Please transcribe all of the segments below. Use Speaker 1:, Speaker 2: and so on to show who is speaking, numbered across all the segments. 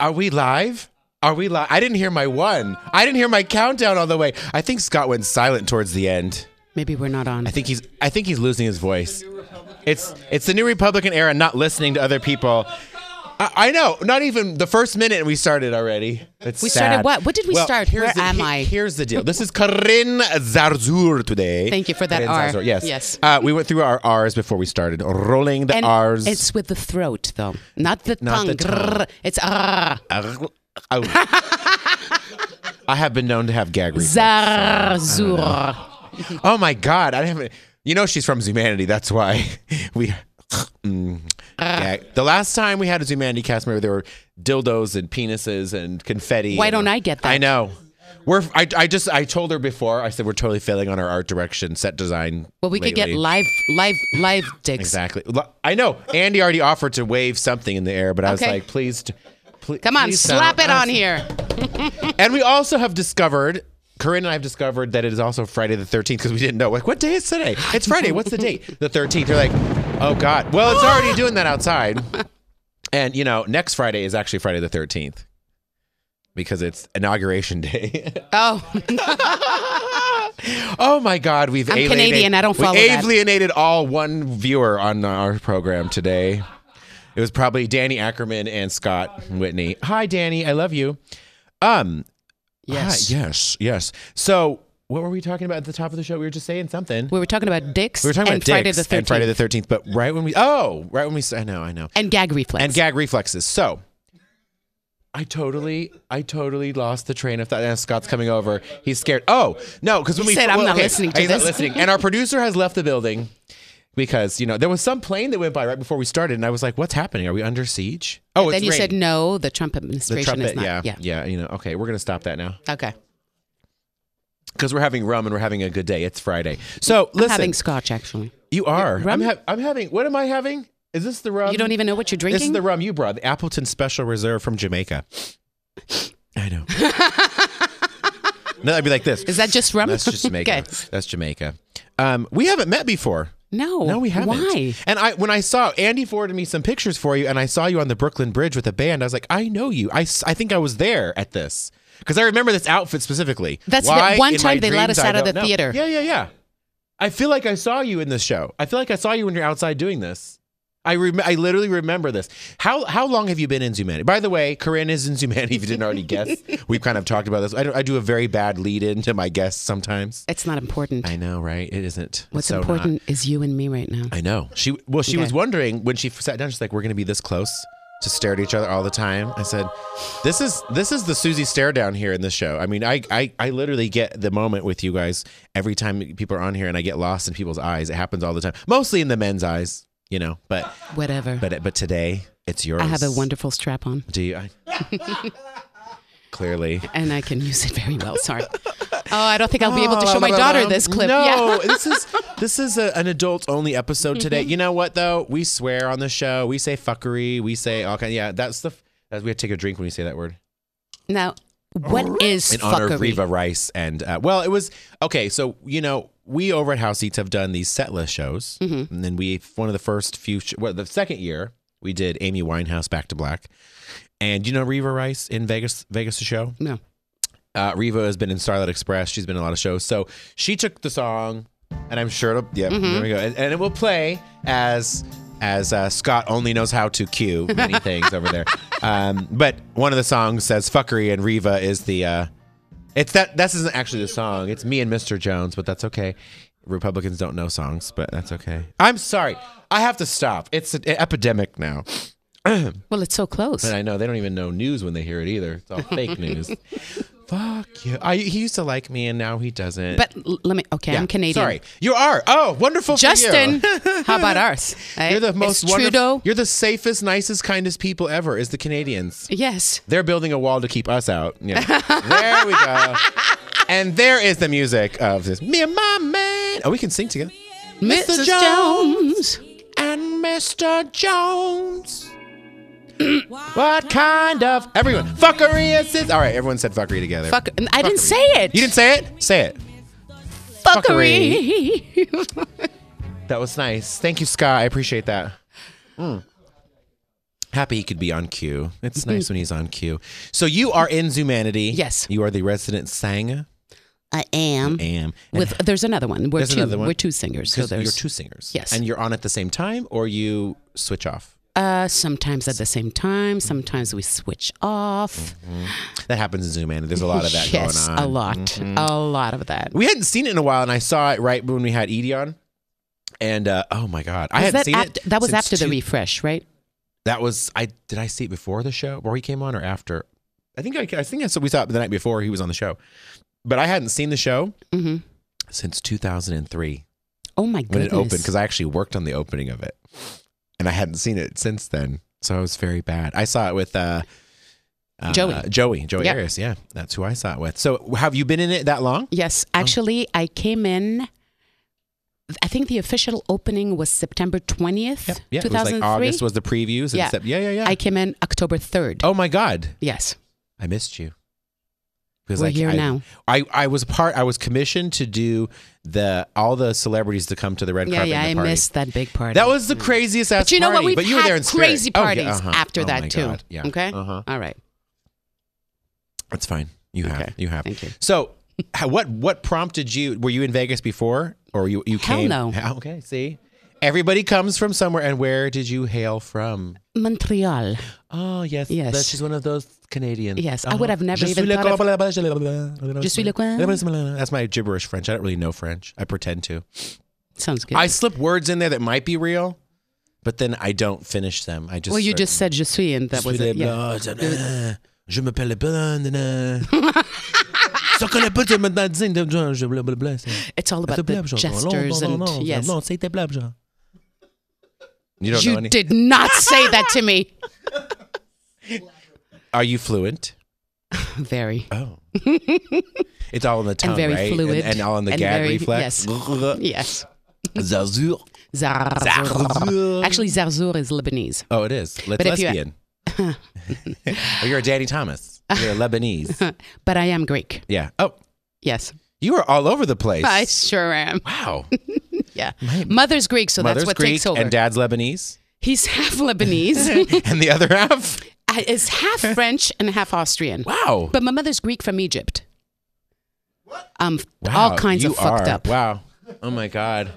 Speaker 1: are we live? Are we live? I didn't hear my one. I didn't hear my countdown all the way. I think Scott went silent towards the end.
Speaker 2: Maybe we're not on.
Speaker 1: I think he's I think he's losing his voice. It's it's the new Republican era, not listening to other people. I, I know. Not even the first minute and we started already. It's
Speaker 2: We started
Speaker 1: sad.
Speaker 2: what? What did we
Speaker 1: Well,
Speaker 2: start?
Speaker 1: here's
Speaker 2: Where
Speaker 1: the-
Speaker 2: am
Speaker 1: he-
Speaker 2: I?
Speaker 1: Here's the deal. This is Karin Zarzur today.
Speaker 2: Thank you for that
Speaker 1: Karin
Speaker 2: R.
Speaker 1: Zarzur, Yes.
Speaker 2: Yes.
Speaker 1: Uh, we went through our R's before we started. Rolling the
Speaker 2: and
Speaker 1: R's.
Speaker 2: It's with the throat though, not the
Speaker 1: Not
Speaker 2: tongue.
Speaker 1: the tongue.
Speaker 2: Grrr. It's ah.
Speaker 1: Oh. I have been known to have gag reflex.
Speaker 2: Zarzur.
Speaker 1: Oh my god, I haven't. You know she's from Zumanity. That's why we. Mm, gag. The last time we had a Zumanity cast member, there were dildos and penises and confetti.
Speaker 2: Why
Speaker 1: and-
Speaker 2: don't I get that?
Speaker 1: I know. We're. I, I just. I told her before. I said we're totally failing on our art direction, set design.
Speaker 2: Well, we could get
Speaker 1: lately.
Speaker 2: live, live, live dicks.
Speaker 1: Exactly. Li- I know. Andy already offered to wave something in the air, but I was
Speaker 2: Okay.
Speaker 1: like, please. d- Please,
Speaker 2: Come on,
Speaker 1: please
Speaker 2: slap
Speaker 1: don't
Speaker 2: it
Speaker 1: ask-
Speaker 2: on here.
Speaker 1: And we also have discovered, Corinne and I have discovered that it is also Friday the 13th because we didn't know. Like, what day is today? It's Friday. What's the date? The 13th. You're like, oh God. Well, it's already doing that outside. And, you know, next Friday is actually Friday the 13th because it's inauguration day.
Speaker 2: Oh,
Speaker 1: oh my God. We've
Speaker 2: I'm
Speaker 1: alienated-
Speaker 2: Canadian, I don't follow
Speaker 1: We
Speaker 2: that.
Speaker 1: alienated all one viewer on our program today. It was probably Danny Ackerman and Scott Whitney. Hi, Danny. I love you. Um,
Speaker 2: yes.
Speaker 1: Ah, yes. Yes. So, what were we talking about at the top of the show? We were just saying something.
Speaker 2: We were talking about dicks.
Speaker 1: We were talking
Speaker 2: and
Speaker 1: about
Speaker 2: Friday
Speaker 1: dicks
Speaker 2: the
Speaker 1: and Friday
Speaker 2: 13th.
Speaker 1: the Thirteenth, but right when we oh, right when we s- I know, I know,
Speaker 2: And gag reflex.
Speaker 1: and gag reflexes. So, I totally, I totally lost the train of thought. And Scott's coming over. He's scared. Oh no, because when
Speaker 2: He
Speaker 1: we
Speaker 2: said, "I'm not listening to
Speaker 1: he's not
Speaker 2: this."
Speaker 1: listening. And our producer has left the building because you know there was some plane that went by right before we started, and I was like, "What's happening? Are we under siege?" Oh,
Speaker 2: Then
Speaker 1: it's
Speaker 2: you
Speaker 1: raining.
Speaker 2: said no. The Trump administration
Speaker 1: the
Speaker 2: is
Speaker 1: trumpet.
Speaker 2: not.
Speaker 1: Yeah, yeah, yeah. You know, okay, we're gonna stop that now.
Speaker 2: Okay.
Speaker 1: because we're having rum and we're having a good day. It's Friday. So listen,
Speaker 2: I'm having scotch actually.
Speaker 1: you are. I'm,
Speaker 2: rum?
Speaker 1: ha- I'm having. What am I having? Is this the rum?
Speaker 2: You don't even know what you're drinking.
Speaker 1: Um, This is the rum you brought, the Appleton Special Reserve from Jamaica. I know. no, I'd be like this.
Speaker 2: Is that just rum?
Speaker 1: That's just Jamaica.
Speaker 2: Okay.
Speaker 1: That's Jamaica. Um, we haven't met before.
Speaker 2: No.
Speaker 1: No, we haven't.
Speaker 2: Why?
Speaker 1: And I, when I saw Andy forwarded me some pictures for you, and I saw you on the Brooklyn Bridge with a band, I was like, I know you. I, s- I think I was there at this because I remember this outfit specifically.
Speaker 2: That's
Speaker 1: Why
Speaker 2: the one
Speaker 1: in my
Speaker 2: time they let
Speaker 1: dreams,
Speaker 2: us
Speaker 1: I
Speaker 2: out of
Speaker 1: don't
Speaker 2: the
Speaker 1: know.
Speaker 2: theater.
Speaker 1: Yeah, yeah, yeah. I feel like I saw you in this show. I feel like I saw you when you're outside doing this. I rem- I literally remember this. How how long have you been in Zumanity? By the way, Corinne is in Zumanity. If you didn't already guess, we've kind of talked about this. I, do- I do a very bad lead in to my guests sometimes.
Speaker 2: It's not important.
Speaker 1: I know, right? It isn't. It's
Speaker 2: What's
Speaker 1: so not.
Speaker 2: important is you and me right now.
Speaker 1: I know. She well, she was
Speaker 2: Okay.
Speaker 1: wondering when she sat down. She's like, "We're gonna be this close to stare at each other all the time." I said, "This is this is the Susie stare down here in this show." I mean, I I, I literally get the moment with you guys every time people are on here, and I get lost in people's eyes. It happens all the time, mostly in the men's eyes, you know. But
Speaker 2: Whatever.
Speaker 1: but but today it's yours.
Speaker 2: I have a wonderful strap on,
Speaker 1: Do you? I, clearly.
Speaker 2: and I can use it very well. Sorry. Oh, I don't think I'll be able
Speaker 1: Oh,
Speaker 2: to show my daughter this clip.
Speaker 1: No,
Speaker 2: Yeah.
Speaker 1: this is this is a, an adult only episode today.
Speaker 2: Mm-hmm.
Speaker 1: You know what though? We swear on the show. We say fuckery. We say all kind. Yeah, that's the. That's, we have to take a drink when we say that word.
Speaker 2: Now, what is
Speaker 1: In honor of
Speaker 2: fuckery?
Speaker 1: Reva Rice and uh, well, it was okay. So you know, we over at House Eats have done these set list shows, and then we one of the first few. Sh- well, the second year we did Amy Winehouse Back to Black, and you know Reva Rice in Vegas, Vegas the show.
Speaker 2: No.
Speaker 1: Uh, Reva has been in Starlight Express. She's been in a lot of shows. So she took the song, and I'm sure it'll. Yeah, there we go. And, and it will play as as uh, Scott only knows how to cue many things over there. Um, but one of the songs says "fuckery," and Reva is the. Uh, it's that. This isn't actually the song. It's me and Mr. Jones, but that's okay. Republicans don't know songs, but that's okay. I'm sorry. I have to stop. It's an epidemic now.
Speaker 2: Well, it's so close.
Speaker 1: And I know they don't even know news when they hear it either. It's all fake news. Fuck you. I, he used to like me, and now he doesn't.
Speaker 2: But l- let me. Okay,
Speaker 1: Yeah,
Speaker 2: I'm Canadian.
Speaker 1: Sorry, you are. Oh, wonderful, for you.
Speaker 2: Justin, how about ours? Eh?
Speaker 1: You're the most
Speaker 2: Is
Speaker 1: wonderful.
Speaker 2: Trudeau.
Speaker 1: You're the safest, nicest, kindest people ever. Is the Canadians?
Speaker 2: Yes.
Speaker 1: They're building a wall to keep us out. Yeah. there we go. And there is the music of this. Me and my man. Oh, we can sing together. Mrs.
Speaker 2: Mrs. Jones.
Speaker 1: and Mr. Jones. what kind of everyone fuckery is this? All right, everyone said fuckery together.
Speaker 2: Fuck. I didn't say it.
Speaker 1: You didn't say it. Say it.
Speaker 2: Fuckery.
Speaker 1: That was nice. Thank you, Scott. I appreciate that. Mm. Hmm. happy he could be on cue. It's nice when he's on cue. So you are in Zumanity.
Speaker 2: Yes.
Speaker 1: You are the resident singer.
Speaker 2: I am.
Speaker 1: Am. And
Speaker 2: With there's another one. We're
Speaker 1: There's
Speaker 2: two.
Speaker 1: another one.
Speaker 2: We're two singers. So
Speaker 1: 'cause you're
Speaker 2: there's
Speaker 1: two singers.
Speaker 2: Yes.
Speaker 1: And you're on at the same time or you switch off.
Speaker 2: uh, sometimes at the same time. Sometimes we switch off.
Speaker 1: That happens in Zumanity. There's a lot of that
Speaker 2: yes,
Speaker 1: going on. Mm-hmm.
Speaker 2: a lot, Uh, a lot of that.
Speaker 1: We hadn't seen it in a while, and I saw it right when we had Edie on. And uh, oh my god, I
Speaker 2: Was
Speaker 1: hadn't
Speaker 2: that
Speaker 1: seen
Speaker 2: after,
Speaker 1: it.
Speaker 2: That was
Speaker 1: since
Speaker 2: after the
Speaker 1: two-
Speaker 2: refresh, right?
Speaker 1: That was I did I see it before the show where he came on or after? I think I, I think I saw we saw it the night before he was on the show, but I hadn't seen the show
Speaker 2: hmm
Speaker 1: since 2003
Speaker 2: Oh my
Speaker 1: when it
Speaker 2: goodness!
Speaker 1: opened because I actually worked on the opening of it, and I hadn't seen it since then. So I was very bad. I saw it with uh, uh,
Speaker 2: Joey.
Speaker 1: Joey, Joey
Speaker 2: Yep.
Speaker 1: Arias. Yeah, that's who I saw it with. So have you been in it that long?
Speaker 2: Yes, actually, I came in. I think the official opening was September twentieth,
Speaker 1: Yeah,
Speaker 2: two
Speaker 1: it was
Speaker 2: thousand
Speaker 1: like
Speaker 2: three.
Speaker 1: August was the previews. And
Speaker 2: Yeah.
Speaker 1: Sep- yeah, yeah, yeah.
Speaker 2: I came in October third.
Speaker 1: oh my god,
Speaker 2: Yes,
Speaker 1: I missed you. Because
Speaker 2: We're
Speaker 1: I-
Speaker 2: here
Speaker 1: I,
Speaker 2: now.
Speaker 1: I, I was a part. I was commissioned to do the all the celebrities to come to the red
Speaker 2: yeah,
Speaker 1: carpet.
Speaker 2: yeah.
Speaker 1: and the
Speaker 2: I
Speaker 1: party.
Speaker 2: missed that big party. Mm.
Speaker 1: That was the craziest ass
Speaker 2: But you know
Speaker 1: party.
Speaker 2: what? We've
Speaker 1: but you
Speaker 2: had
Speaker 1: were there in spirit.
Speaker 2: crazy
Speaker 1: Oh, yeah,
Speaker 2: parties
Speaker 1: uh-huh.
Speaker 2: after
Speaker 1: Oh, my
Speaker 2: that too.
Speaker 1: God, Yeah.
Speaker 2: Okay.
Speaker 1: Uh-huh.
Speaker 2: All right.
Speaker 1: That's fine. You have.
Speaker 2: Okay.
Speaker 1: You have.
Speaker 2: Thank you.
Speaker 1: So, how, what what prompted you? Were you in Vegas before, or you you
Speaker 2: Hell
Speaker 1: came?
Speaker 2: no.
Speaker 1: Hell- Okay. See, everybody comes from somewhere. And where did you hail from?
Speaker 2: Montreal.
Speaker 1: Oh yes,
Speaker 2: Yes.
Speaker 1: that- she's one of those Canadians.
Speaker 2: Yes, I would have never
Speaker 1: Je
Speaker 2: even
Speaker 1: suis le
Speaker 2: thought of-
Speaker 1: of.
Speaker 2: Je suis le quoi?
Speaker 1: That's my gibberish French. I don't really know French. I pretend to.
Speaker 2: Sounds good.
Speaker 1: I slip words in there that might be real, but then I don't finish them. I just
Speaker 2: well, you just said je suis, and that
Speaker 1: Je
Speaker 2: was
Speaker 1: suis
Speaker 2: it.
Speaker 1: le
Speaker 2: Yeah.
Speaker 1: blanc, je- euh, Je m'appelle blanc, na, na. Ça connaît pas, tu me donnes digne de blanc, je bla, bla, bla, c'est-
Speaker 2: It's all
Speaker 1: c'est
Speaker 2: about
Speaker 1: bla,
Speaker 2: the
Speaker 1: bla,
Speaker 2: gestures
Speaker 1: non, non, non,
Speaker 2: and
Speaker 1: non,
Speaker 2: yes.
Speaker 1: non, c'était bla, bla. You don't know
Speaker 2: You
Speaker 1: any?
Speaker 2: did not say that to me.
Speaker 1: Are you fluent?
Speaker 2: Very.
Speaker 1: Oh. it's all in the tongue,
Speaker 2: very
Speaker 1: right?
Speaker 2: fluid
Speaker 1: And, and all in the
Speaker 2: and
Speaker 1: gag
Speaker 2: very-
Speaker 1: reflex.
Speaker 2: Yes.
Speaker 1: Zazour.
Speaker 2: Zarzour.
Speaker 1: Zarzour.
Speaker 2: Actually, Zarzour is Lebanese.
Speaker 1: Oh, it is. Let-
Speaker 2: But if you-
Speaker 1: lesbian. oh, you're a Danny Thomas. You're a Lebanese.
Speaker 2: Uh, But I am Greek.
Speaker 1: yeah. Oh,
Speaker 2: Yes.
Speaker 1: you are all over the place.
Speaker 2: I sure am.
Speaker 1: Wow.
Speaker 2: Yeah.
Speaker 1: My
Speaker 2: Mother's Greek, so
Speaker 1: mother's
Speaker 2: that's what
Speaker 1: Greek
Speaker 2: takes over.
Speaker 1: and dad's Lebanese,
Speaker 2: He's half Lebanese,
Speaker 1: and the other half.
Speaker 2: I- is half French and half Austrian.
Speaker 1: Wow.
Speaker 2: But my mother's Greek from Egypt. What? Um,
Speaker 1: wow.
Speaker 2: all kinds
Speaker 1: you
Speaker 2: of fucked
Speaker 1: are.
Speaker 2: up.
Speaker 1: Wow. Oh my God.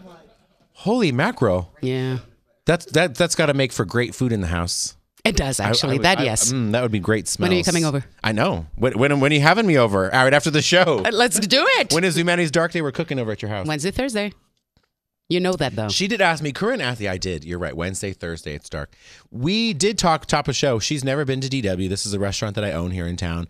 Speaker 1: Holy mackerel.
Speaker 2: Yeah,
Speaker 1: That's that. That's got to make for great food in the house.
Speaker 2: it does
Speaker 1: I- I
Speaker 2: actually.
Speaker 1: would-
Speaker 2: that
Speaker 1: I-
Speaker 2: yes.
Speaker 1: mm, that would be great. Smells.
Speaker 2: When are you coming over?
Speaker 1: I know. When when, when are you having me over? All right, after the show.
Speaker 2: Uh, Let's do it.
Speaker 1: When is Humanity's Dark Day? We're cooking over at your house.
Speaker 2: Wednesday, Thursday. You know that though.
Speaker 1: She did ask me, Corinne asked me, I did. You're right. Wednesday, Thursday, it's dark. We did talk top of show. She's never been to DW. This is a restaurant that I own here in town.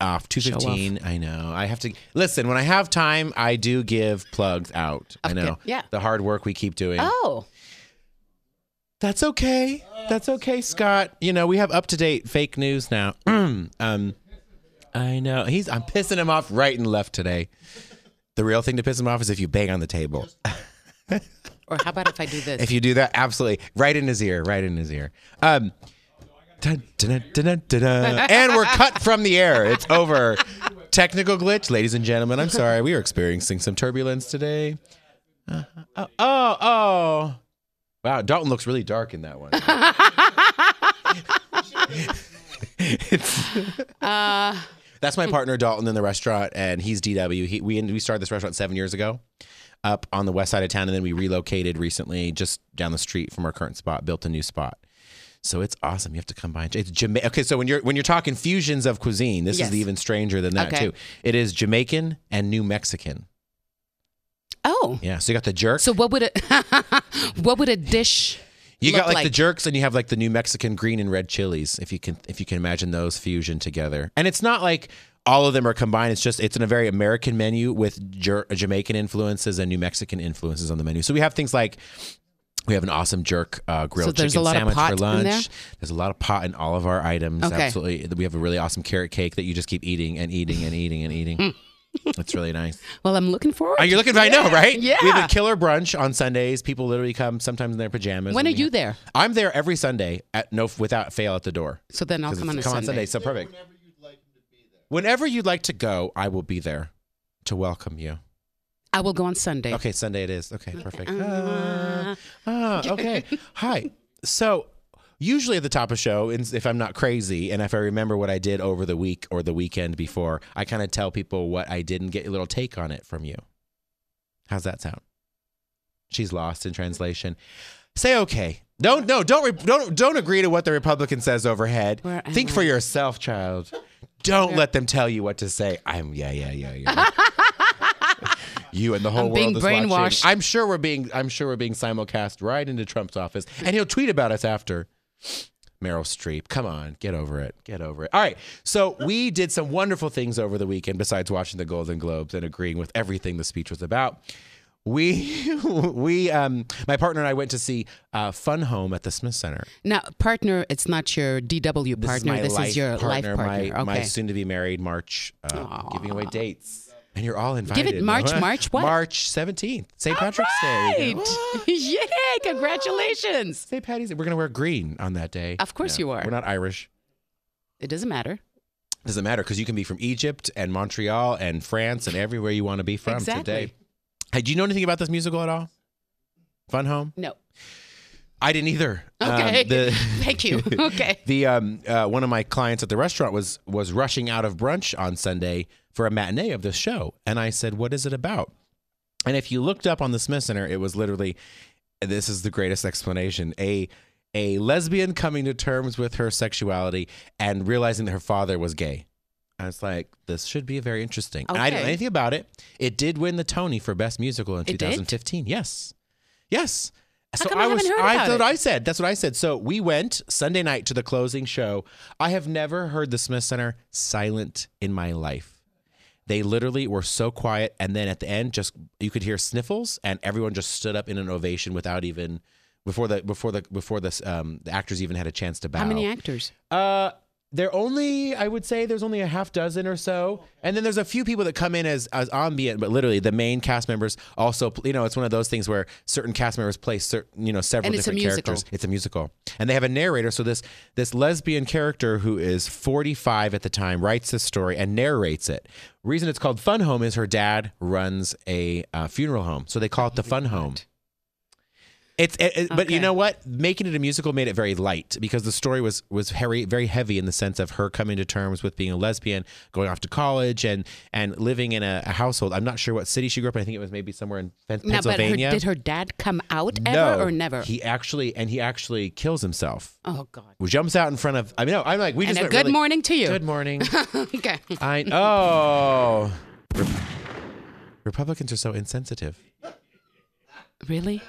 Speaker 1: Off two fifteen. I know. I have to listen. When I have time, I do give plugs out. I know.
Speaker 2: yeah.
Speaker 1: The hard work we keep doing.
Speaker 2: Oh,
Speaker 1: That's okay. That's okay, Scott. You know we have up to date fake news now. um, I know. He's. I'm pissing him off right and left today. The real thing to piss him off is if you bang on the table.
Speaker 2: or how about if I do this?
Speaker 1: If you do that, absolutely. Right in his ear, right in his ear. Um, dun, dun, dun, dun, dun, dun. and we're cut from the air. It's over. Technical glitch, ladies and gentlemen. I'm sorry. We are experiencing some turbulence today. Uh, oh, oh. Wow, Dalton looks really dark in that one. It's- That's
Speaker 2: Hmm.
Speaker 1: my partner Dalton in the restaurant, and he's DW. He, we we started this restaurant seven years ago, up on the west side of town, and then we relocated recently, just down the street from our current spot, built a new spot. So it's awesome. You have to come by. and It's Jama- okay. So when you're when you're talking fusions of cuisine, this
Speaker 2: Yes.
Speaker 1: is even stranger than that
Speaker 2: Okay.
Speaker 1: too. It is Jamaican and New Mexican.
Speaker 2: oh,
Speaker 1: Yeah. So you got the jerk.
Speaker 2: so what would it? what would a dish?
Speaker 1: You
Speaker 2: look
Speaker 1: got like, the
Speaker 2: like-
Speaker 1: jerks, and you have like the new Mexican green and red chilies. If you can, if you can imagine those fusion together, and it's not like all of them are combined. It's just it's in a very American menu with jer- Jamaican influences and New Mexican influences on the menu. So we have things like we have an awesome jerk uh, grilled
Speaker 2: So there's
Speaker 1: chicken
Speaker 2: a lot of
Speaker 1: sandwich
Speaker 2: pot
Speaker 1: for
Speaker 2: in
Speaker 1: lunch.
Speaker 2: there?
Speaker 1: There's a lot of pot in all of our items.
Speaker 2: Okay.
Speaker 1: Absolutely, we have a really awesome carrot cake that you just keep eating and eating and eating and eating. It's really nice.
Speaker 2: Well, I'm looking forward.
Speaker 1: Are you looking? I know, right?
Speaker 2: Hmm. Yeah.
Speaker 1: We have a killer brunch on Sundays. People literally come sometimes in their pajamas.
Speaker 2: when
Speaker 1: and we
Speaker 2: are
Speaker 1: have-
Speaker 2: you there?
Speaker 1: I'm there every Sunday at no without fail at the door.
Speaker 2: So then I'll
Speaker 1: 'Cause
Speaker 2: come on a
Speaker 1: it's
Speaker 2: Sunday.
Speaker 1: so perfect. Whenever you'd like to go, I will be there to welcome you.
Speaker 2: I will go on Sunday.
Speaker 1: Okay,
Speaker 2: Uh-huh.
Speaker 1: Sunday it is. Okay, perfect.
Speaker 2: Uh,
Speaker 1: Ah, ah, okay. Hi. So usually at the top of show, and if I'm not crazy and if I remember what I did over the week or the weekend before, I kind of tell people what I did and get a little take on it from you. How's that sound? She's lost in translation. Say okay. Don't no don't re- don't don't agree to what the Republican says overhead.
Speaker 2: Where am
Speaker 1: Think for
Speaker 2: I?
Speaker 1: yourself, child. Don't let them tell you what to say. I'm yeah yeah yeah yeah. you and the whole
Speaker 2: I'm
Speaker 1: world
Speaker 2: being
Speaker 1: is
Speaker 2: brainwashed.
Speaker 1: watching. I'm sure we're being I'm sure we're being simulcast right into Trump's office, and he'll tweet about us after. Meryl Streep. Come on, get over it. Get over it. All right. So we did some wonderful things over the weekend besides watching the Golden Globes and agreeing with everything the speech was about. We, we, um, my partner and I went to see uh, Fun Home at the Smith Center.
Speaker 2: Now, partner, it's not your DW
Speaker 1: This
Speaker 2: partner.
Speaker 1: is my
Speaker 2: This is,
Speaker 1: life
Speaker 2: your
Speaker 1: partner,
Speaker 2: life partner.
Speaker 1: My, my
Speaker 2: okay.
Speaker 1: soon to be married March, uh, giving away dates. And you're all invited.
Speaker 2: March, March what?
Speaker 1: March 17th, St. Patrick's Day.
Speaker 2: Right. yeah, congratulations.
Speaker 1: St. Patty's Day. We're going to wear green on that day.
Speaker 2: Of course you are.
Speaker 1: We're not Irish.
Speaker 2: It doesn't matter.
Speaker 1: doesn't matter because you can be from Egypt and Montreal and France and everywhere you want to be from
Speaker 2: Exactly.
Speaker 1: today. Hey, do you know anything about this musical at all? Fun Home?
Speaker 2: No.
Speaker 1: I didn't either. Um,
Speaker 2: Okay.
Speaker 1: the-
Speaker 2: Thank you. Okay.
Speaker 1: the um, uh, one of my clients at the restaurant was was rushing out of brunch on Sunday for a matinee of this show, and I said, "What is it about?" And if you looked up on the Smith Center, it was literally, "This is the greatest explanation." A a lesbian coming to terms with her sexuality and realizing that her father was gay. I was like, "This should be very interesting." And I didn't know
Speaker 2: Okay.
Speaker 1: anything about it. It did win the Tony for Best Musical in
Speaker 2: did?
Speaker 1: 2015. Yes, yes. so
Speaker 2: come I
Speaker 1: was.
Speaker 2: haven't heard
Speaker 1: I
Speaker 2: about
Speaker 1: thought
Speaker 2: it?
Speaker 1: I said. That's what I said. So we went Sunday night to the closing show. I have never heard the Smith Center silent in my life. They literally were so quiet, and then at the end, just you could hear sniffles, and everyone just stood up in an ovation without even before the before the before the um, the actors even had a chance to bow.
Speaker 2: How many actors?
Speaker 1: Uh, there only I would say there's only a half dozen or so, and then there's a few people that come in as as ambient, but literally the main cast members also. You know, it's one of those things where certain cast members play certain, you know, several
Speaker 2: And it's a
Speaker 1: different
Speaker 2: musical.
Speaker 1: characters. It's a musical, and they have a narrator. So this this lesbian character who is 45 at the time writes this story and narrates it. Reason it's called Fun Home is her dad runs a uh, funeral home, so they call it the Fun Home. It's it, it- but you
Speaker 2: Okay.
Speaker 1: know what? Making it a musical made it very light because the story was was very very heavy in the sense of her coming to terms with being a lesbian, going off to college, and and living in a, a household. I'm not sure what city she grew up in. I think it was maybe somewhere in Pen-
Speaker 2: No, but her,
Speaker 1: Pennsylvania.
Speaker 2: did her dad come out ever
Speaker 1: no,
Speaker 2: or never?
Speaker 1: He actually and he actually kills himself.
Speaker 2: oh God.
Speaker 1: Jumps out in front of. I mean, no, I'm like we
Speaker 2: And
Speaker 1: just
Speaker 2: a
Speaker 1: went
Speaker 2: good
Speaker 1: really-
Speaker 2: morning to you.
Speaker 1: Good morning.
Speaker 2: okay.
Speaker 1: I oh. Rep- Republicans are so insensitive.
Speaker 2: Really?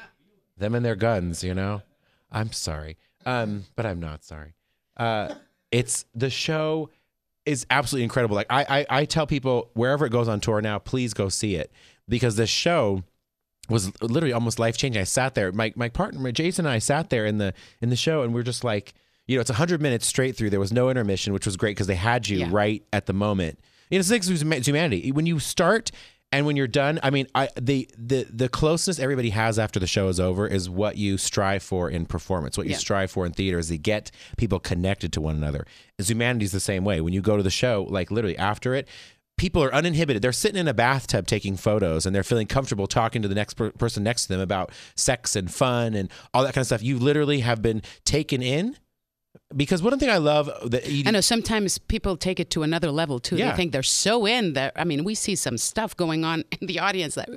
Speaker 1: them and their guns, you know? I'm sorry. Um, but I'm not sorry. Uh, it's the show is absolutely incredible. Like I, I I tell people wherever it goes on tour now, please go see it because this show was literally almost life changing. I sat there, my my partner Jason and I sat there in the in the show, and we are just like, you know, it's hundred minutes straight through. There was no intermission, which was great because they had you
Speaker 2: Yeah.
Speaker 1: right at the moment. You know, It's like Zoom- humanity when you start and when you're done. I mean, I the the the closeness everybody has after the show is over is what you strive for in performance. What you
Speaker 2: Yeah.
Speaker 1: strive for in theater is to get people connected to one another. Humanity's the same way. When you go to the show, like literally after it, people are uninhibited. They're sitting in a bathtub taking photos and they're feeling comfortable talking to the next per- person next to them about sex and fun and all that kind of stuff. You literally have been taken in because one thing I love that you,
Speaker 2: I know sometimes people take it to another level too.
Speaker 1: Yeah.
Speaker 2: They think they're so in there. I mean, we see some stuff going on in the audience that.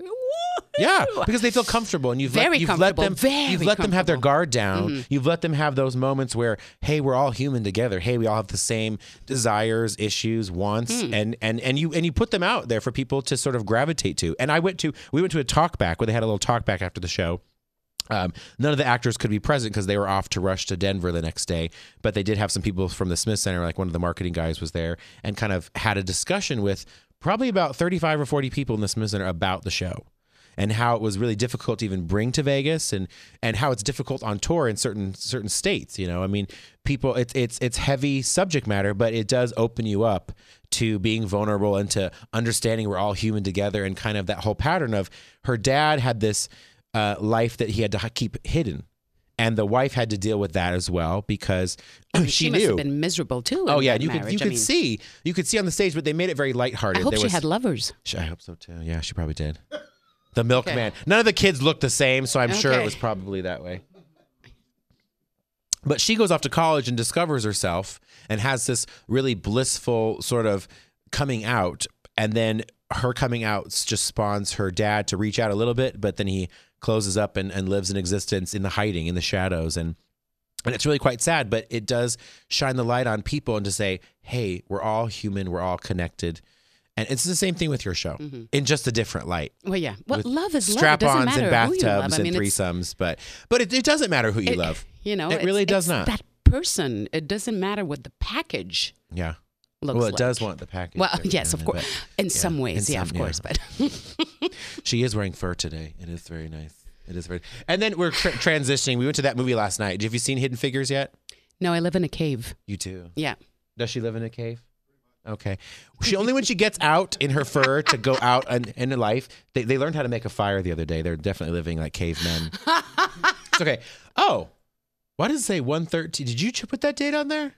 Speaker 1: Yeah, because they feel comfortable, and you've
Speaker 2: Very
Speaker 1: let, you've let
Speaker 2: comfortable,
Speaker 1: them
Speaker 2: very Mm-hmm.
Speaker 1: you've let them have their guard down. You've let them have those moments where, hey, we're all human together. Hey, we all have the same desires, issues, wants,
Speaker 2: Hmm.
Speaker 1: and and and you and you put them out there for people to sort of gravitate to. And I went to we went to a talk back where they had a little talk back after the show. Um, none of the actors could be present because they were off to rush to Denver the next day. But they did have some people from the Smith Center, like one of the marketing guys was there, and kind of had a discussion with probably about 35 or 40 people in the Smith Center about the show and how it was really difficult to even bring to Vegas and and how it's difficult on tour in certain certain states. You know, I mean, people, it's it's it's heavy subject matter, but it does open you up to being vulnerable and to understanding we're all human together and kind of that whole pattern of her dad had this uh, life that he had to h- keep hidden. And the wife had to deal with that as well because she,
Speaker 2: She,
Speaker 1: knew.
Speaker 2: must have been miserable too.
Speaker 1: oh
Speaker 2: in
Speaker 1: yeah,
Speaker 2: that
Speaker 1: you could
Speaker 2: marriage.
Speaker 1: you
Speaker 2: I
Speaker 1: could
Speaker 2: mean,
Speaker 1: see you could see on the stage, but they made it very lighthearted.
Speaker 2: I hope
Speaker 1: There
Speaker 2: she
Speaker 1: was-
Speaker 2: had lovers.
Speaker 1: she- I hope so too. Yeah, she probably did. The milkman. None of the kids look the same, so I'm sure it
Speaker 2: Okay.
Speaker 1: was probably that way. But she goes off to college and discovers herself and has this really blissful sort of coming out. And then her coming out just spawns her dad to reach out a little bit, but then he closes up and, and lives an existence in the hiding, in the shadows. And and it's really quite sad, but it does shine the light on people and to say, hey, we're all human, we're all connected. And it's the same thing with your show in just a different light.
Speaker 2: Well, yeah. Well,
Speaker 1: With
Speaker 2: love is love. It doesn't
Speaker 1: Strap-ons and
Speaker 2: matter who you love.
Speaker 1: bathtubs
Speaker 2: I mean,
Speaker 1: and
Speaker 2: it's-
Speaker 1: threesomes, but but it, it doesn't matter who you love.
Speaker 2: You know,
Speaker 1: It
Speaker 2: it's-
Speaker 1: really does
Speaker 2: it's
Speaker 1: not.
Speaker 2: That person. It doesn't matter what the package
Speaker 1: Yeah.
Speaker 2: looks
Speaker 1: well, it
Speaker 2: like.
Speaker 1: does want the package.
Speaker 2: Well,
Speaker 1: but-
Speaker 2: yes, of course.
Speaker 1: but
Speaker 2: In some ways,
Speaker 1: in
Speaker 2: yeah,
Speaker 1: some-
Speaker 2: of
Speaker 1: yeah.
Speaker 2: course. But
Speaker 1: she is wearing fur today. It is very nice. It is very. And then we're tra- transitioning. We went to that movie last night. Have you seen Hidden Figures yet?
Speaker 2: no, I live in a cave.
Speaker 1: You too.
Speaker 2: Yeah.
Speaker 1: Does she live in a cave? Okay. She only when she gets out in her fur to go out and into life. They they learned how to make a fire the other day. They're definitely living like cavemen. it's okay. Oh, why does it say one thirteen? Did you ch- put that date on there?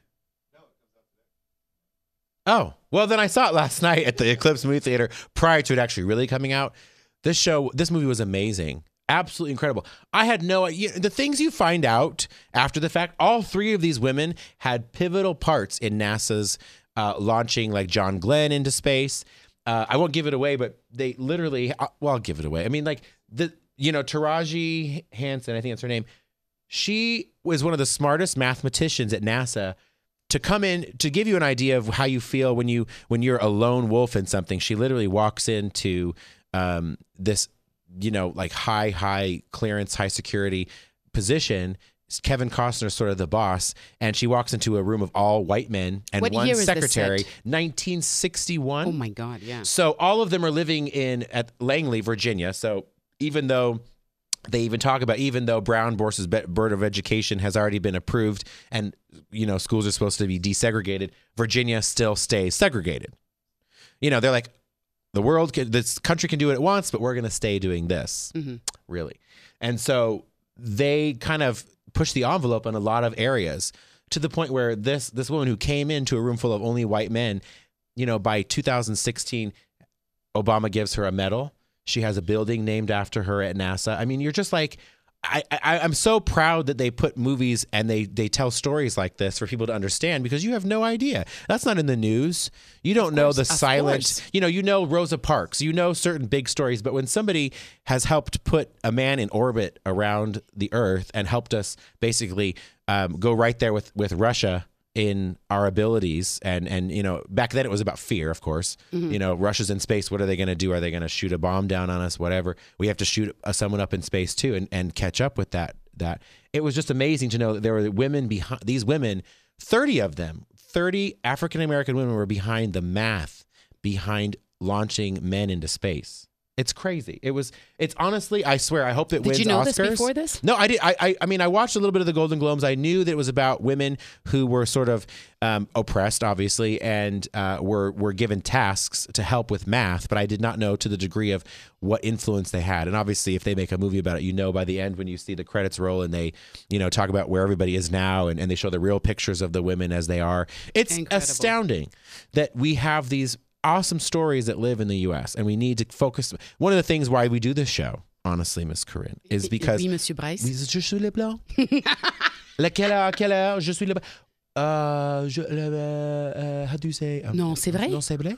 Speaker 1: Oh, well then I saw it last night at the Eclipse movie theater prior to it actually really coming out. This show, this movie was amazing. Absolutely incredible. I had no idea. The things you find out after the fact, all three of these women had pivotal parts in NASA's uh, launching like John Glenn into space. Uh, I won't give it away, but they literally, uh, well, I'll give it away. I mean, like the, you know, Taraji Hansen, I think that's her name. She was one of the smartest mathematicians at NASA to come in to give you an idea of how you feel when you when you're a lone wolf in something she literally walks into um, this you know like high high clearance high security position kevin costner's sort of the boss and she walks into a room of all white men and
Speaker 2: What
Speaker 1: one
Speaker 2: year is this
Speaker 1: secretary
Speaker 2: set?
Speaker 1: 1961
Speaker 2: Oh my God. Yeah.
Speaker 1: so all of them are living in at Langley, Virginia. So even though they even talk about even though Brown versus Be- Board of Education has already been approved and you know schools are supposed to be desegregated, Virginia still stays segregated. You know, they're like the world can, this country can do what it wants, but we're going to stay doing this. Really. And so they kind of push the envelope in a lot of areas to the point where this this woman who came into a room full of only white men, you know, by 2016 Obama gives her a medal. She has a building named after her at NASA. I mean, you're just like, I, I I'm so proud that they put movies and they they tell stories like this for people to understand because you have no idea. That's not in the news. You don't know
Speaker 2: course,
Speaker 1: the
Speaker 2: of
Speaker 1: silent.
Speaker 2: course.
Speaker 1: You know, you know Rosa Parks. You know certain big stories, but when somebody has helped put a man in orbit around the Earth and helped us basically um, go right there with with Russia in our abilities and and you know back then it was about fear of course you know russia's in space what are they going to do are they going to shoot a bomb down on us whatever we have to shoot uh, someone up in space too and, and catch up with that that it was just amazing to know that there were women behind these women 30 of them 30 african american women were behind the math behind launching men into space it's crazy. It was. It's honestly. I swear. I hope it wins
Speaker 2: you know
Speaker 1: Oscars.
Speaker 2: this before this?
Speaker 1: No, I did. I, I. I mean, I watched a little bit of the Golden Globes. I knew that it was about women who were sort of um, oppressed, obviously, and uh, were were given tasks to help with math. But I did not know to the degree of what influence they had. And obviously, if they make a movie about it, you know by the end when you see the credits roll and they, you know, talk about where everybody is now and, and they show the real pictures of the women as they are. It's
Speaker 2: Incredible.
Speaker 1: astounding that we have these awesome stories that live in the U.S. and we need to focus. One of the things why we do this show, honestly, Miss Corinne, is because
Speaker 2: Oui, Monsieur Bryce.
Speaker 1: Oui, je suis le blanc. La quelle heure? Quelle heure? Je suis le blanc. Uh, je, le, uh, how do you say? um,
Speaker 2: Non, c'est vrai?
Speaker 1: Non, c'est vrai.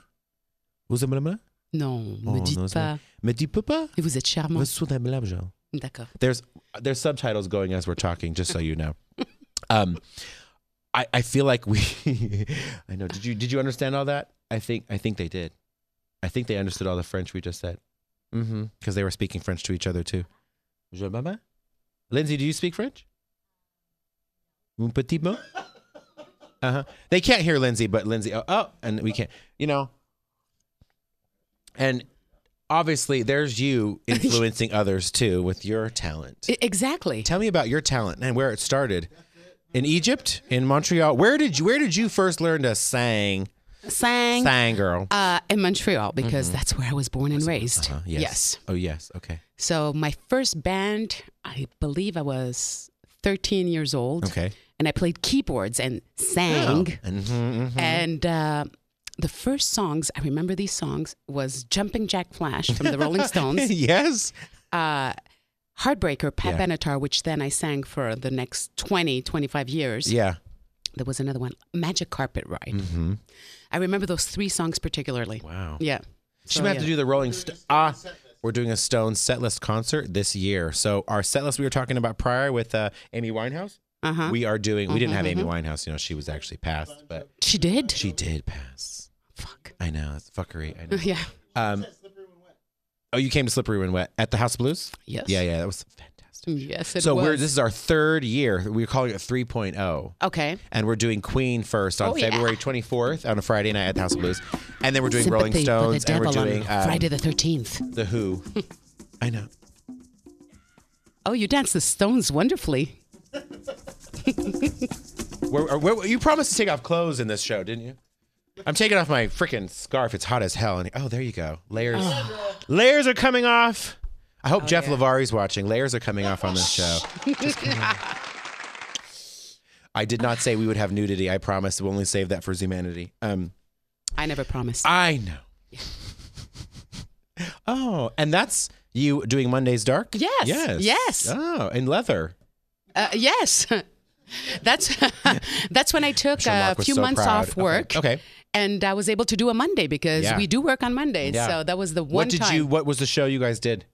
Speaker 1: Vous aimez le blanc?
Speaker 2: Non,
Speaker 1: Oh,
Speaker 2: me dites
Speaker 1: non, c'est
Speaker 2: pas.
Speaker 1: Mais dis papa,
Speaker 2: Et vous êtes charmant.
Speaker 1: vous êtes un blanc, Jean.
Speaker 2: D'accord.
Speaker 1: There's there's subtitles going as we're talking, just so you know. Um, I I feel like we. I know. Did you did you understand all that? I think I think they did. I think they understood all the French we just said. Mm-hmm. Because they were speaking French to each other too. Je maman. Lindsay, do you speak French? Un petit mot. Uh huh. They can't hear Lindsay, but Lindsay. Oh, oh, and we can't. You know. And obviously, there's you influencing others too with your talent.
Speaker 2: E- Exactly.
Speaker 1: Tell me about your talent and where it started. In Egypt, in Montreal, where did you where did you first learn to sing?
Speaker 2: Sang.
Speaker 1: Sang girl.
Speaker 2: Uh, in Montreal, because that's where I was born and raised.
Speaker 1: Uh-huh, Oh yes. Okay.
Speaker 2: So my first band, I believe I was 13 years old.
Speaker 1: Okay.
Speaker 2: And I played keyboards and sang.
Speaker 1: Mhm, mhm.
Speaker 2: And uh, the first songs, I remember these songs, was Jumping Jack Flash from the Rolling Stones.
Speaker 1: yes.
Speaker 2: Uh, Heartbreaker, Pat
Speaker 1: Yeah.
Speaker 2: Benatar, which then I sang for the next 20, 25 years.
Speaker 1: Yeah. Mm-hmm.
Speaker 2: There was another one, Magic Carpet Ride. I remember those three songs particularly.
Speaker 1: Wow.
Speaker 2: Yeah.
Speaker 1: She
Speaker 2: So,
Speaker 1: might have
Speaker 2: yeah.
Speaker 1: to do the Rolling Stone. Ah, we're doing a Stone setlist concert this year. So our setlist we were talking about prior with uh, Amy Winehouse.
Speaker 2: Uh-huh. mm-hmm.
Speaker 1: We are doing. We didn't have Amy Winehouse. You know, she was actually passed, but
Speaker 2: She did?
Speaker 1: she did pass.
Speaker 2: Fuck.
Speaker 1: I know. It's fuckery. I know.
Speaker 2: Yeah.
Speaker 1: Um, oh, you came to Slippery When Wet at the House of Blues.
Speaker 2: Yes.
Speaker 1: Yeah, yeah, that was fantastic.
Speaker 2: Yes, it
Speaker 1: so
Speaker 2: was.
Speaker 1: we're this is our third year. We're calling it 3.0.
Speaker 2: okay.
Speaker 1: and we're doing Queen first on
Speaker 2: Oh, yeah.
Speaker 1: February 24th on a Friday night at the House of Blues, and then we're doing Rolling
Speaker 2: Sympathy for
Speaker 1: Stones,
Speaker 2: the
Speaker 1: and we're
Speaker 2: Devil on
Speaker 1: doing um,
Speaker 2: Friday the 13th.
Speaker 1: the Who. I know.
Speaker 2: Oh, you danced the Stones wonderfully.
Speaker 1: Where, where, you promised to take off clothes in this show, didn't you? I'm taking off my freaking scarf. It's hot as hell. And oh, there you go. Layers, layers are coming off. I
Speaker 2: Oh,
Speaker 1: hope Jeff Lavari's watching. Layers are coming off on this show. Just kidding. I did not say we would have nudity. I promised. We'll only save that for humanity. Um,
Speaker 2: I never promised.
Speaker 1: I know. oh, and that's you doing Monday's Dark?
Speaker 2: Yes,
Speaker 1: Yes.
Speaker 2: yes.
Speaker 1: Oh, and leather.
Speaker 2: Uh, yes. That's that's when I took
Speaker 1: sure
Speaker 2: a
Speaker 1: Mark was
Speaker 2: few
Speaker 1: so
Speaker 2: months
Speaker 1: proud.
Speaker 2: off work.
Speaker 1: Okay, okay.
Speaker 2: And I was able to do a Monday because
Speaker 1: Yeah.
Speaker 2: we do work on Mondays.
Speaker 1: Yeah.
Speaker 2: So that was the one
Speaker 1: what did
Speaker 2: time.
Speaker 1: you what was the show you guys did?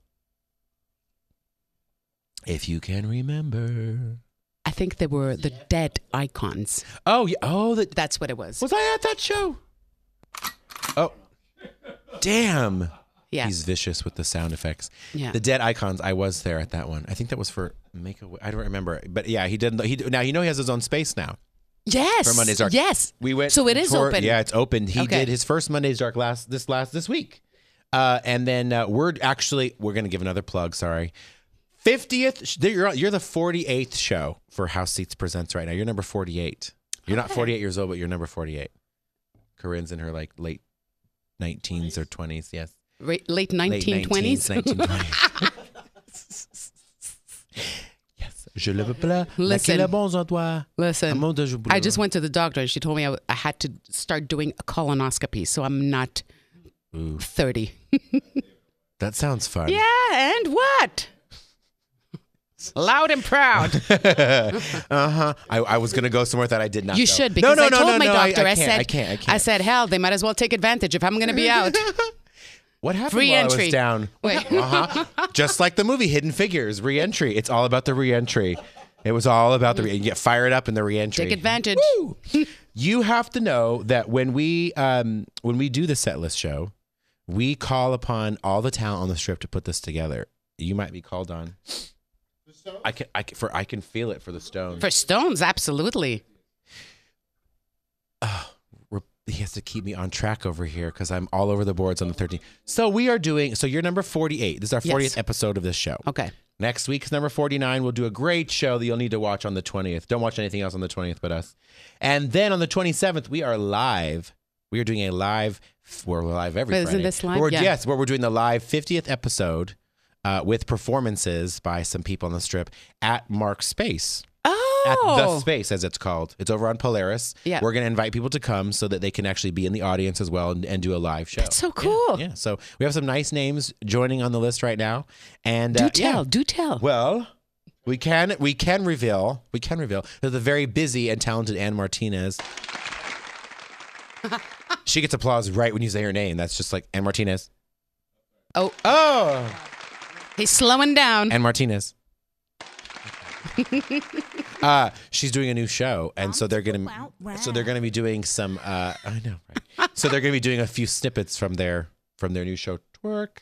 Speaker 1: If you can remember.
Speaker 2: I think they were the dead icons.
Speaker 1: Oh, yeah. Oh, that
Speaker 2: That's what it was.
Speaker 1: was I at that show? Oh. Damn.
Speaker 2: Yeah.
Speaker 1: He's vicious with the sound effects.
Speaker 2: Yeah.
Speaker 1: The Dead Icons. I was there at that one. I think that was for Make a. Wi- I don't remember, but yeah, he did. He now you know he has his own space now.
Speaker 2: yes.
Speaker 1: for Monday's Dark.
Speaker 2: Yes.
Speaker 1: we went.
Speaker 2: So it is
Speaker 1: for-
Speaker 2: open.
Speaker 1: Yeah, it's open. He
Speaker 2: Okay.
Speaker 1: did his first Monday's Dark last this last this week, uh, and then uh, we're actually we're gonna give another plug. Sorry, fiftieth. You're you're the forty eighth show for House Seats Presents right now. You're number forty eight. You're not forty eight years old, but you're number forty eight. Corinne's in her like late nineteens or twenties. Yes,
Speaker 2: Ra- late
Speaker 1: late
Speaker 2: 1920s.
Speaker 1: nineteen twenties. Yes, je le veux pas.
Speaker 2: Listen.
Speaker 1: Le bon en toi.
Speaker 2: Listen.
Speaker 1: Amant de je
Speaker 2: I just went to the doctor and she told me I, I had to start doing a colonoscopy, so I'm not 30.
Speaker 1: That sounds fun.
Speaker 2: Yeah, and what? Loud and proud.
Speaker 1: Uh huh. I, I was gonna go somewhere that I did not.
Speaker 2: You
Speaker 1: go.
Speaker 2: should because I told my doctor. I,
Speaker 1: can't,
Speaker 2: said,
Speaker 1: I can't. I can't.
Speaker 2: said, hell, they might as well take advantage if I'm going to be out.
Speaker 1: what happened
Speaker 2: free
Speaker 1: while I
Speaker 2: entry.
Speaker 1: was down?
Speaker 2: Wait.
Speaker 1: Uh-huh. Just like the movie Hidden Figures, re-entry. It's all about the re-entry. It was all about the re- you get fired up in the re-entry.
Speaker 2: Take advantage.
Speaker 1: Woo! you have to know that when we um when we do the set list show, we call upon all the talent on the strip to put this together. You might be called on. I can, I can, for I can feel it for the stone.
Speaker 2: For stones, absolutely.
Speaker 1: re- he has to keep me on track over here because I'm all over the boards on the 13th. So we are doing. So you're number 48. This is our 40th
Speaker 2: Yes.
Speaker 1: episode of this show.
Speaker 2: Okay.
Speaker 1: Next week's number 49. We'll do a great show that you'll need to watch on the 20th. Don't watch anything else on the 20th but us. And then on the 27th, we are live. We are doing a live. We're live every
Speaker 2: Isn't
Speaker 1: Friday.
Speaker 2: this live?
Speaker 1: But we're-
Speaker 2: Yeah.
Speaker 1: Yes, where we're doing the live 50th episode uh, with performances by some people on the strip at Mark's Space at the
Speaker 2: Oh.
Speaker 1: space as it's called it's over on polaris
Speaker 2: Yeah.
Speaker 1: we're going to invite people to come so that they can actually be in the audience as well and, and do a live show
Speaker 2: That's so cool.
Speaker 1: yeah so we have some nice names joining on the list right now and
Speaker 2: Do
Speaker 1: uh,
Speaker 2: tell.
Speaker 1: yeah.
Speaker 2: Do tell.
Speaker 1: well we can we can reveal we can reveal that the very busy and talented ann martinez she gets applause right when you say her name that's just like ann martinez
Speaker 2: oh,
Speaker 1: oh
Speaker 2: he's slowing down.
Speaker 1: and Martinez. uh, she's doing a new show, and so they're gonna so they're gonna be doing some. Uh, I know, right? so they're gonna be doing a few snippets from their from their new show Twerk.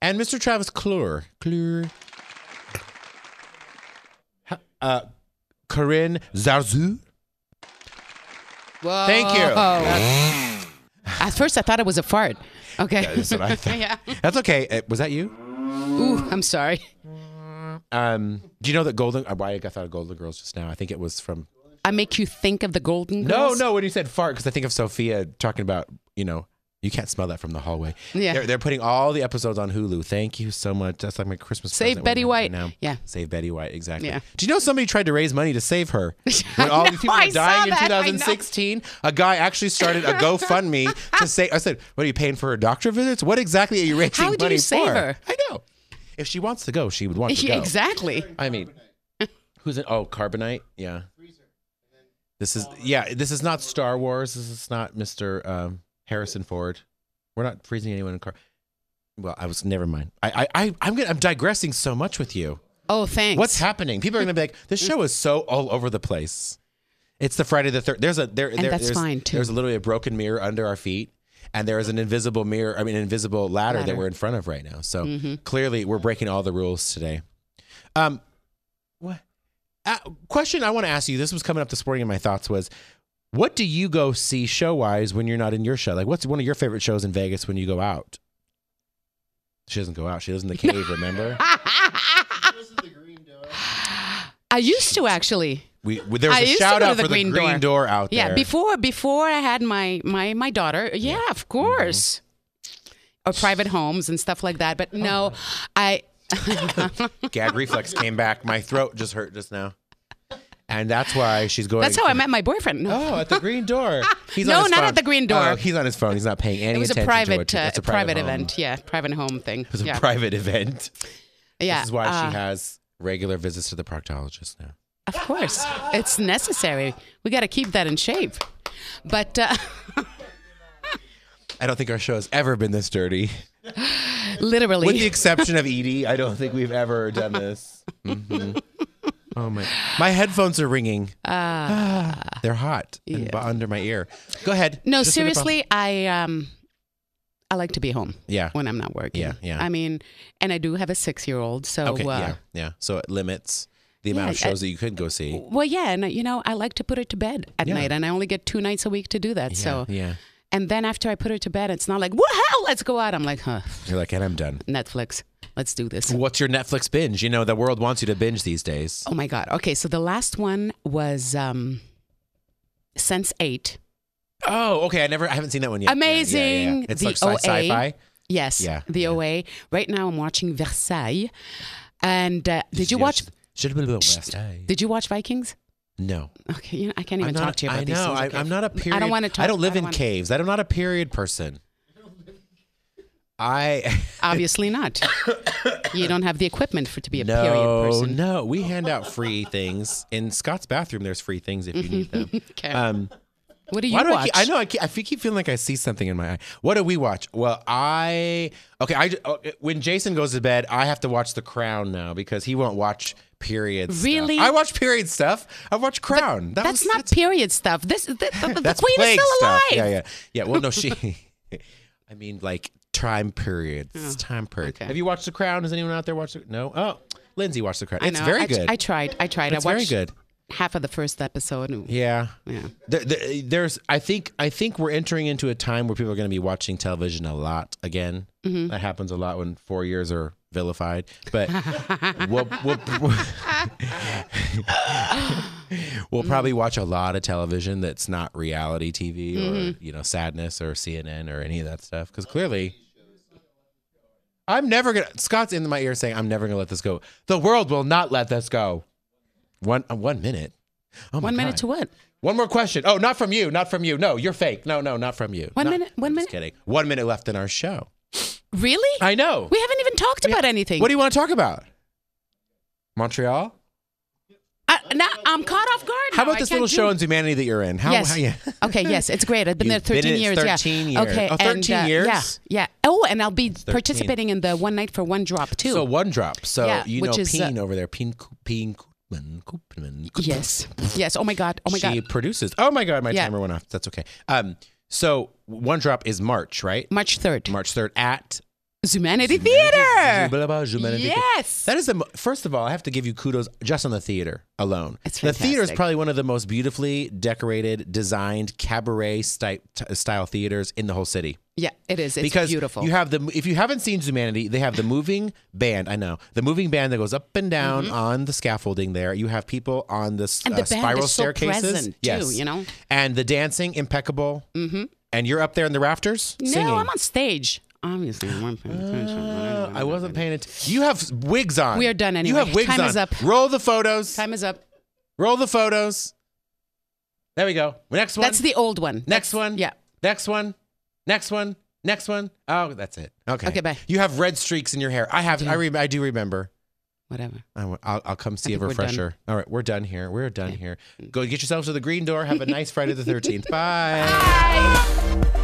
Speaker 1: And Mr. Travis Clure, Clure, Ha- uh, Corinne Zarzu.
Speaker 2: Whoa.
Speaker 1: Thank you.
Speaker 2: At first, I thought it was a fart. Okay.
Speaker 1: That's what I thought.
Speaker 2: yeah.
Speaker 1: That's okay. Uh, was that you?
Speaker 2: Ooh, I'm sorry.
Speaker 1: Um, do you know that Golden? uh, Why I thought of Golden Girls just now? I think it was from
Speaker 2: I make you think of the Golden
Speaker 1: No,
Speaker 2: Girls.
Speaker 1: no. When you said fart, because I think of Sophia talking about, you know, you can't smell that from the hallway.
Speaker 2: Yeah.
Speaker 1: They're, they're putting all the episodes on Hulu. Thank you so much. That's like my Christmas
Speaker 2: Save
Speaker 1: present
Speaker 2: Betty
Speaker 1: right
Speaker 2: White.
Speaker 1: now.
Speaker 2: Yeah.
Speaker 1: Save Betty White. Exactly.
Speaker 2: Yeah.
Speaker 1: Do you know somebody tried to raise money to save her? When all these
Speaker 2: know,
Speaker 1: people
Speaker 2: I
Speaker 1: were
Speaker 2: saw
Speaker 1: dying in
Speaker 2: that. I know.
Speaker 1: 2016, a guy actually started a GoFundMe to save. I said, "What are you paying for her doctor visits? What exactly are you raising
Speaker 2: How do
Speaker 1: money
Speaker 2: you save
Speaker 1: for?"
Speaker 2: her?
Speaker 1: I know. if she wants to go, she would want to
Speaker 2: Yeah,
Speaker 1: go.
Speaker 2: exactly.
Speaker 1: I mean, who's in? Oh, Carbonite. Yeah. This is yeah. This is not Star Wars. This is not Mr. Um, Harrison Ford. We're not freezing anyone in car. Well, I was never mind. I I, I I'm gonna, I'm digressing so much with you.
Speaker 2: Oh, thanks.
Speaker 1: What's happening? People are gonna be like, this show is so all over the place. It's the Friday the third. There's a there, there-
Speaker 2: that's
Speaker 1: there's,
Speaker 2: fine, too.
Speaker 1: There's literally a broken mirror under our feet, and there is an invisible mirror. I mean, invisible ladder, that
Speaker 2: Ladder.
Speaker 1: we're in front of right now. So clearly, we're breaking all the rules today. Um, what uh, question I want to ask you? This was coming up this morning in my thoughts was. What do you go see show wise when you're not in your show? Like, what's one of your favorite shows in Vegas when you go out? She doesn't go out. She lives in the cave, remember?
Speaker 2: Mm-hmm. I used to actually.
Speaker 1: We, we there was
Speaker 2: I
Speaker 1: a
Speaker 2: used to
Speaker 1: shout
Speaker 2: go to
Speaker 1: out
Speaker 2: the
Speaker 1: for the green
Speaker 2: Green
Speaker 1: door,
Speaker 2: Door
Speaker 1: out
Speaker 2: Yeah,
Speaker 1: there.
Speaker 2: before before I had my my my daughter. Yeah,
Speaker 1: Mm-hmm.
Speaker 2: of course. Or private homes and stuff like that.
Speaker 1: Oh.
Speaker 2: But no, I
Speaker 1: gag reflex came back. My throat just hurt just now, and that's why she's going.
Speaker 2: that's how I met my boyfriend. No.
Speaker 1: Oh, at the green door. He's
Speaker 2: No,
Speaker 1: on his
Speaker 2: not
Speaker 1: phone.
Speaker 2: at the green door.
Speaker 1: Oh, he's on his phone. He's not paying any
Speaker 2: it was a
Speaker 1: attention to
Speaker 2: private
Speaker 1: what you-
Speaker 2: uh,
Speaker 1: it's a
Speaker 2: private,
Speaker 1: home.
Speaker 2: event. Yeah, private home thing.
Speaker 1: It was a
Speaker 2: yeah.
Speaker 1: private event.
Speaker 2: yeah.
Speaker 1: This is why
Speaker 2: uh,
Speaker 1: she has regular visits to the proctologist now.
Speaker 2: Of course. It's necessary. We got to keep that in shape. But uh,
Speaker 1: I don't think our show has ever been this dirty,
Speaker 2: literally
Speaker 1: with the exception of Edie. I don't think we've ever done this.
Speaker 2: Mm-hmm.
Speaker 1: Mhm. Oh my! My headphones are ringing. Ah, they're hot and bu- under my ear. Go ahead.
Speaker 2: No,
Speaker 1: Just do the phone.
Speaker 2: seriously, I um I like to be home.
Speaker 1: Yeah.
Speaker 2: When I'm not working.
Speaker 1: Yeah, yeah.
Speaker 2: I mean, and I do have a six year old, so
Speaker 1: Okay,
Speaker 2: uh,
Speaker 1: yeah, yeah. So it limits the amount
Speaker 2: yeah,
Speaker 1: of shows that you could go see.
Speaker 2: well yeah, and you know, I like to put her to bed at
Speaker 1: Yeah.
Speaker 2: night and I only get two nights a week to do that.
Speaker 1: Yeah,
Speaker 2: so
Speaker 1: yeah,
Speaker 2: and then after I put her to bed, it's not like, Wow, let's go out. I'm like, huh,
Speaker 1: you're like, and I'm done.
Speaker 2: Netflix, let's do this.
Speaker 1: What's your Netflix binge? You know, the world wants you to binge these days.
Speaker 2: Oh my god. Okay, so the last one was um Sense Eight.
Speaker 1: Oh, okay. I never, I haven't seen that one yet. Yeah, yeah, yeah, yeah.
Speaker 2: Amazing.
Speaker 1: It's
Speaker 2: The
Speaker 1: like sci-
Speaker 2: OA.
Speaker 1: sci-fi.
Speaker 2: Yes.
Speaker 1: Yeah,
Speaker 2: The OA. Right now I'm watching Versailles. And uh, did you watch
Speaker 1: Should have been West. Eye.
Speaker 2: Did you watch Vikings?
Speaker 1: No,
Speaker 2: Okay, you know, I can't even
Speaker 1: I'm not.
Speaker 2: talk to you about
Speaker 1: I
Speaker 2: these
Speaker 1: know.
Speaker 2: things.
Speaker 1: I,
Speaker 2: okay?
Speaker 1: I'm not a period.
Speaker 2: I don't want to talk.
Speaker 1: I don't live in
Speaker 2: wanna-
Speaker 1: caves. I'm not a period person. I
Speaker 2: Obviously not. you don't have the equipment for to be a
Speaker 1: no
Speaker 2: period person.
Speaker 1: no. We hand out free things in Scott's bathroom. There's free things if you need them.
Speaker 2: Okay.
Speaker 1: Um,
Speaker 2: what do you
Speaker 1: Why do I,
Speaker 2: watch?
Speaker 1: keep, I know I, keep, I fe- keep feeling like I see something in my eye. What do we watch? Well, I okay. I ju- oh, when Jason goes to bed, I have to watch The Crown now because he won't watch period. stuff.
Speaker 2: Really?
Speaker 1: I watch period stuff. I watch Crown. That
Speaker 2: That's
Speaker 1: was-
Speaker 2: not period stuff. This the, the, the
Speaker 1: that's
Speaker 2: queen is
Speaker 1: plague
Speaker 2: still alive.
Speaker 1: Stuff. Yeah, yeah, yeah. Well, no, she. I mean, like time periods. time periods.
Speaker 2: Oh, okay.
Speaker 1: Have you watched The Crown? Has anyone out there watched? The, no. Oh, Lindsay watched The Crown.
Speaker 2: I
Speaker 1: It's
Speaker 2: know.
Speaker 1: very
Speaker 2: I,
Speaker 1: good.
Speaker 2: I tried. I tried.
Speaker 1: it's
Speaker 2: I watched
Speaker 1: very good.
Speaker 2: half of the first episode. and-
Speaker 1: Yeah.
Speaker 2: Yeah.
Speaker 1: There, there, there's I think I think we're entering into a time where people are going to be watching television a lot again.
Speaker 2: Mm-hmm.
Speaker 1: That happens a lot when four years are vilified. But we'll, we'll, we'll
Speaker 2: Mm.
Speaker 1: probably watch a lot of television that's not reality TV or
Speaker 2: Mm-hmm.
Speaker 1: you know sadness or CNN or any of that stuff because clearly. I'm never gonna. Scott's in my ear saying, "I'm never gonna let this go. The world will not let this go." One uh, one minute. Oh my
Speaker 2: One minute
Speaker 1: God.
Speaker 2: to what?
Speaker 1: One more question. Oh, not from you. Not from you. No, you're fake. No, no, not from you.
Speaker 2: One
Speaker 1: Not-
Speaker 2: minute- one
Speaker 1: I'm
Speaker 2: minute.
Speaker 1: Just kidding. One minute left in our show.
Speaker 2: Really?
Speaker 1: I know.
Speaker 2: we haven't even talked about anything.
Speaker 1: What do you want to talk about? Montreal.
Speaker 2: I, now, I'm caught off guard.
Speaker 1: How
Speaker 2: now.
Speaker 1: about
Speaker 2: I
Speaker 1: this
Speaker 2: can't
Speaker 1: little
Speaker 2: do-
Speaker 1: show in Humanity that you're in? How,
Speaker 2: Yes.
Speaker 1: how yeah.
Speaker 2: Okay, yes, it's great. I've been
Speaker 1: You've
Speaker 2: there
Speaker 1: been
Speaker 2: 13
Speaker 1: in it
Speaker 2: years. yeah.
Speaker 1: 13 years.
Speaker 2: Okay.
Speaker 1: Oh, 13
Speaker 2: and, uh,
Speaker 1: years?
Speaker 2: Yeah. Yeah. Oh, and I'll be participating in the one night for one drop too.
Speaker 1: So one drop. So
Speaker 2: Yeah,
Speaker 1: you know
Speaker 2: which is, uh,
Speaker 1: Peen over there. Peen Coo- Peen Koopman. Koopman. Koopman.
Speaker 2: yes. Yes. Oh my god. Oh my
Speaker 1: she
Speaker 2: god.
Speaker 1: produces. Oh my god, my
Speaker 2: Yeah.
Speaker 1: timer went off. That's okay. Um. So one drop is March, right?
Speaker 2: March 3rd.
Speaker 1: March third at
Speaker 2: Zumanity Theater.
Speaker 1: Blah, blah, Humanity.
Speaker 2: Yes.
Speaker 1: That is the mo- first of all, I have to give you kudos just on the theater alone.
Speaker 2: It's
Speaker 1: The theater is
Speaker 2: fantastic.
Speaker 1: probably one of the most beautifully decorated, designed cabaret sty- t- style theaters in the whole city.
Speaker 2: Yeah, it is. It's
Speaker 1: because
Speaker 2: beautiful.
Speaker 1: you have the if you haven't seen Zumanity, they have the moving band. I know the moving band that goes up and down on the scaffolding. There, you have people on the, s-
Speaker 2: Mm-hmm. And
Speaker 1: uh,
Speaker 2: the band
Speaker 1: spiral
Speaker 2: is so
Speaker 1: staircases.
Speaker 2: present, too,
Speaker 1: yes,
Speaker 2: you know?
Speaker 1: and the dancing impeccable. Mm-hmm. And you're up there in the rafters singing.
Speaker 2: No, I'm on stage. Obviously, I weren't paying attention.
Speaker 1: Uh, I wasn't paying attention. You have wigs on.
Speaker 2: We are done
Speaker 1: You
Speaker 2: anyway.
Speaker 1: have wigs
Speaker 2: Time
Speaker 1: on.
Speaker 2: is up.
Speaker 1: Roll the photos.
Speaker 2: Time is up.
Speaker 1: Roll the photos. There we go. Next one.
Speaker 2: That's the old one.
Speaker 1: next one.
Speaker 2: Yeah.
Speaker 1: Next one. Next one. Next one. Oh, that's it. Okay.
Speaker 2: Okay, bye.
Speaker 1: You have red streaks in your hair. I have. I re- I do remember.
Speaker 2: Whatever.
Speaker 1: I will I'll come see a
Speaker 2: think we're done.
Speaker 1: refresher. All right, we're done here. We're done here. Go get yourselves to the green door. Have a nice Friday the 13th. Bye.
Speaker 2: Bye.